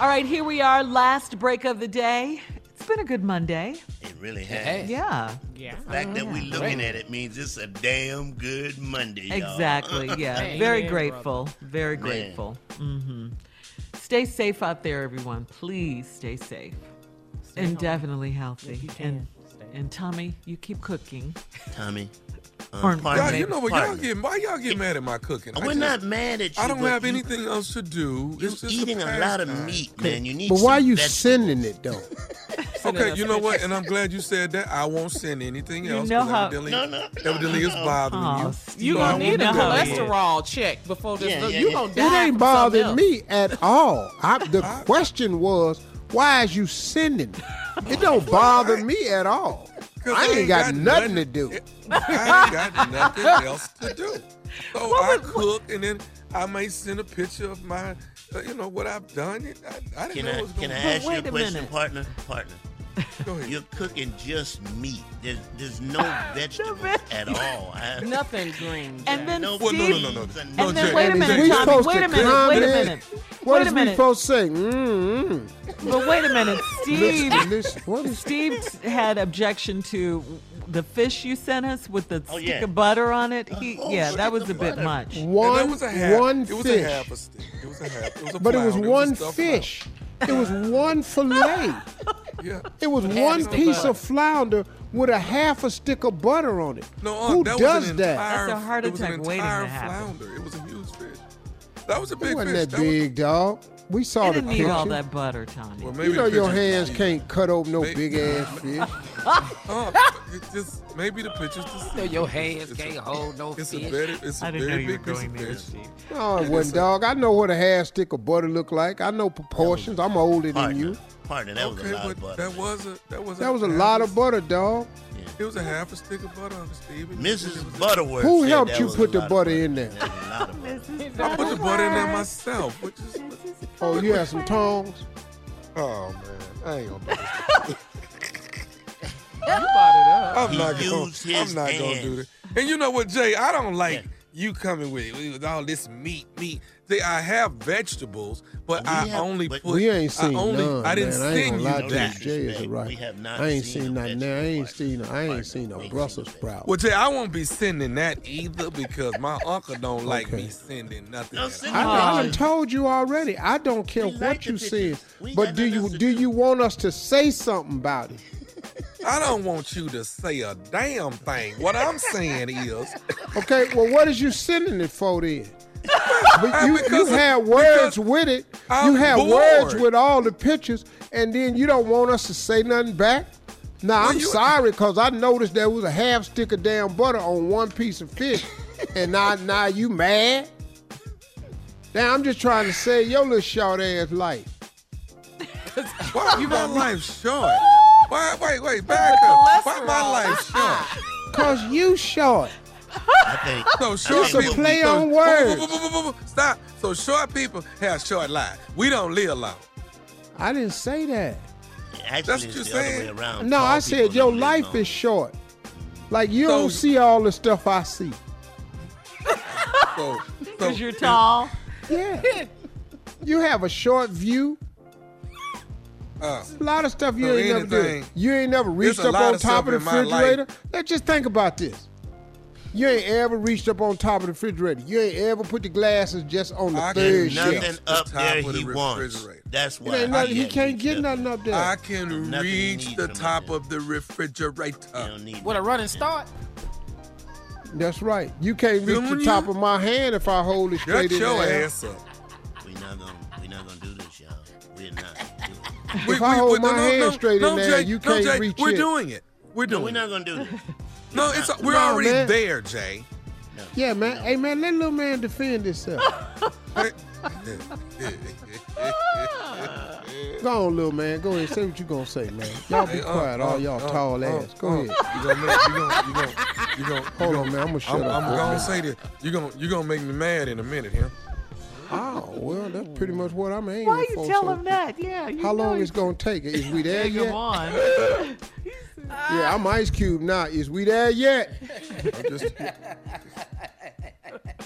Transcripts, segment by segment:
All right, here we are, last break of the day. It's been a good Monday. It really has. Hey. Yeah. Yeah. The fact that we looking at it means it's a damn good Monday, y'all. Exactly. Yeah. Hey, Very yeah, grateful. Very grateful. hmm Stay safe out there, everyone. Please stay safe. and definitely healthy. If you And, can, stay. and Tommy, you keep cooking. Tommy. uh, Pardon. partner, Y'all, you know what? Y'all partner. get why y'all get mad at my cooking? I We're just- not mad at you. I don't but have you- anything else to do. You It's just eating a lot of pastime. meat, man. You need. But why are some you vegetables. sending it though? Okay, you know what? And I'm glad you said that. I won't send anything You else. know 'cause how- evidently, No, no, no, evidently it's no. bothering Aw, you. Steve, You No, I gonna need a won't know how it is. cholesterol check before this. Yeah, look, yeah, you yeah. gonna It die from something ain't bothering else. me at all. I, the question was, why is you sending it? It don't bother me at all. 'Cause I ain't got nothing to do. I ain't got nothing else to do. So I would- cook, and then I may send a picture of my, uh, you know, what I've done. It- I, I didn't Can know I it was going can I to But ask you wait a a question, minute. partner? Partner, Go ahead. you're cooking just meat. There's there's no vegetables at all. I- Nothing green. And then No, Well, Steve, no, no, no, no, no. And no and then Jay. wait a Is minute, we Tommy, supposed wait to a minute, wait a comment? minute. What Wait is a we minute. supposed to say? Mm-mm. But wait a minute, Steve. Listen, listen, what is Steve had objection to the fish you sent us with the Oh, stick yeah. of butter on it. He, Oh, yeah, look that at was the a bit butter. much. And one that was a half. one it was a fish? half a stick. It was a half. It was a But it was pound. one a stuffed fish. It was one fillet. pound. Yeah. It was Half one a piece butter. of flounder with a half a stick of butter on it. No, uh, Who that was does an that? Entire, That's a heart it was an attack waiting to entire happen. Flounder. It was a huge fish. That was a big It wasn't fish. that was- big, dog. We saw I the didn't need all picture. that butter, Tommy. well, maybe You know the your picture- hands can't cut over no Maybe- big ass fish. Uh, it just maybe the pictures. Just, So your hands It's a- can't hold no It's fish. a very, it's a I didn't know very you were big piece going of there, fish. Steve. No, it wasn't, dog. I know what a half stick of butter look like. I know proportions. I'm older than partner, you. partner. That was Okay, a lot but of butter. that was a that was That was a half lot a- of butter, dog. It was a half a stick of butter on it, Steven. It was Mrs. a- Butterworth. Who said helped that you was a put the lot of butter in there? That was a lot of butter. I put the butter in there myself. Which is, Oh, you had some tongs? Oh, man. I ain't gonna do this. you bought it up. I'm He not gonna. used his I'm not gonna do hands. that. And you know what, Jay? I don't like Yeah. you coming with it with all this meat, meat. They, I have vegetables, but We I have- only but- put. We ain't seen I only, none. I didn't man. I ain't send gonna you lie No to you. that. disrespect. Jay is right. We have not I ain't seen seen a nothing. there. I ain't vegetable seen. I ain't part. seen We a ain't Brussels seen a sprout. Well, Jay, I won't be sending that either because my uncle don't like Okay. me sending nothing. No, at send all. I, Oh, I done told you already. I don't care We like what the you pictures. said, We but got do nothing you else to do do. you want us to say something about it? I don't want you to say a damn thing. What I'm saying is, Okay. Well, what is you sending it for then? But you, you Because- had words because with it. I'm you had bored. words with all the pictures, and then you don't want us to say nothing back. Now I'm you- sorry because I noticed there was a half stick of damn butter on one piece of fish, and now now you mad. Now I'm just trying to say your little short ass life. why you my life short? Why? Wait, wait, back up. Why my life short? Cause you short. I think. So I short think It's a we'll people. play be- so- on whoa, whoa, whoa, words. whoa, whoa, whoa. Stop. So short people have short lives. We don't live long. I didn't say that. Actually, That's it's what you're the other saying. way around. No, Tall I people said your don't live life long. is short. Like you So- don't see all the stuff I see. So, so Because you're tall. Yeah. you have a short view. Uh, A lot of stuff you So ain't never did. anything- You ain't never reached a up lot on of top of the stuff in my life- refrigerator. Let's just think about this. You ain't ever reached up on top of the refrigerator. You ain't ever put the glasses just on the I third can shelf. Nothing shelf. up The top there of the he wants. refrigerator. That's It why ain't I nothing. He hadn't can't get reached up nothing up there. I can Nothing you reach need the from top nothing. of the refrigerator. You don't need With a nothing. running start. That's right. You can't reach Feeling the you? top of my hand if I hold it Shut straight in your the air. ass up. We're not gonna. We're not gonna do this, y'all. We're not. doing it. We- If I we- hold we- my hand straight in no, Jay, there, you no, can't Jay, reach We're it. doing it. We're No, doing we're it. not gonna do this. No, it's not. we're No, already man. there, Jay. No. Yeah, man. Hey, man, let little man defend himself. Go on, little man. Go ahead. Say what you gonna say, man. Y'all be Hey, uh, quiet, all uh, y'all uh, tall uh, ass. Go uh, ahead. You gonna make, you gonna, you gonna, you gonna, Hold on, man. I'm gonna shut I'm, up. I'm gonna say this. You gonna, you gonna make me mad in a minute here. Oh, well, that's pretty much what I'm aiming Why for. you so tell him that? Yeah. You How know long he's is it gonna take? Is we there taking him yet? on. Yeah, I'm Ice Cube now. Is we there yet? I'm just,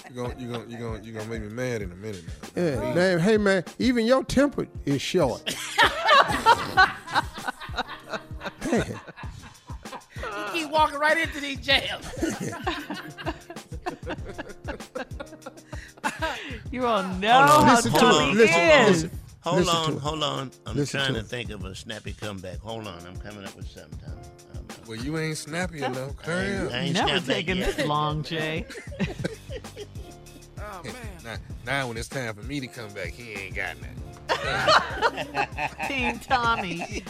you gonna you gonna you gonna you gonna make me mad in a minute now. Yeah, man, hey man, even your temper is short. Man, Keep walking right into these jails. You all know how Listen to tough it. he Listen, is. listen. Hold Listen to on, it. hold on. I'm Listen trying to to, it. think of a snappy comeback. Hold on, I'm coming up with something. Tommy. I'm- I'm- Well, you ain't snappy enough. Hurry up. I ain't Never snapped back taking yet. this long, Jay. Now, now when it's time for me to come back, he ain't got nothing. Team Tommy.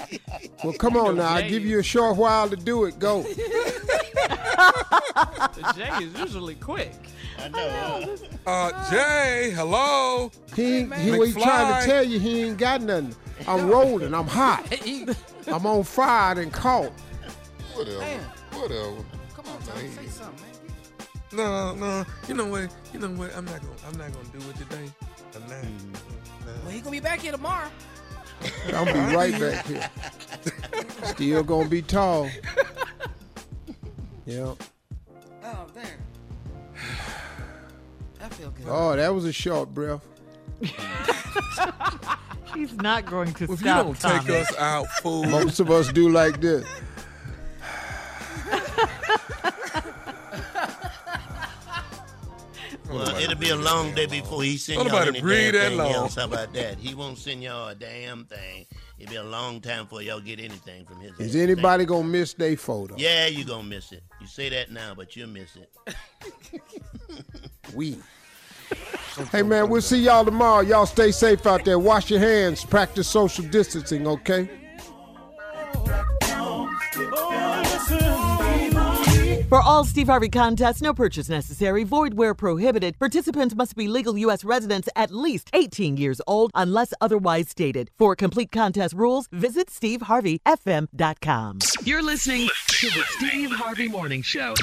well, come on now, I give you a short while to do it. Go. The J is usually quick. I know. Uh, Jay, hello. He, ain't- he, what he trying McFly. to tell you, he ain't got nothing. I'm rolling. I'm hot. I'm on fire and caught. Whatever. Whatever. Come on, Tommy, say Oh, something, man. No, no. You know what? You know what? I'm not gonna. I'm not gonna do it today. I'm not. Well, he gonna be back here tomorrow. I'm be right back here. Still gonna be tall. Yeah. Oh, damn. That feel good. Oh, that was a short breath. He's not going to If you stop. don't Tommy. take us out, fool. Most of us do like this. Well, it'll be a long day before he send Don't y'all nobody anything breathe that long. else. How about that? He won't send y'all a damn thing. It'll be a long time before y'all get anything from his. ass. Is anybody gonna miss their photo? Yeah, you gonna miss it. You say that now, but you'll miss it. We. Hey man, we'll see y'all tomorrow. Y'all stay safe out there. Wash your hands. Practice social distancing, okay? For all Steve Harvey contests, no purchase necessary, void where prohibited. Participants must be legal U.S. residents at least 18 years old unless otherwise stated. For complete contest rules, visit steveharveyfm.com. You're listening to the Steve Harvey Morning Show.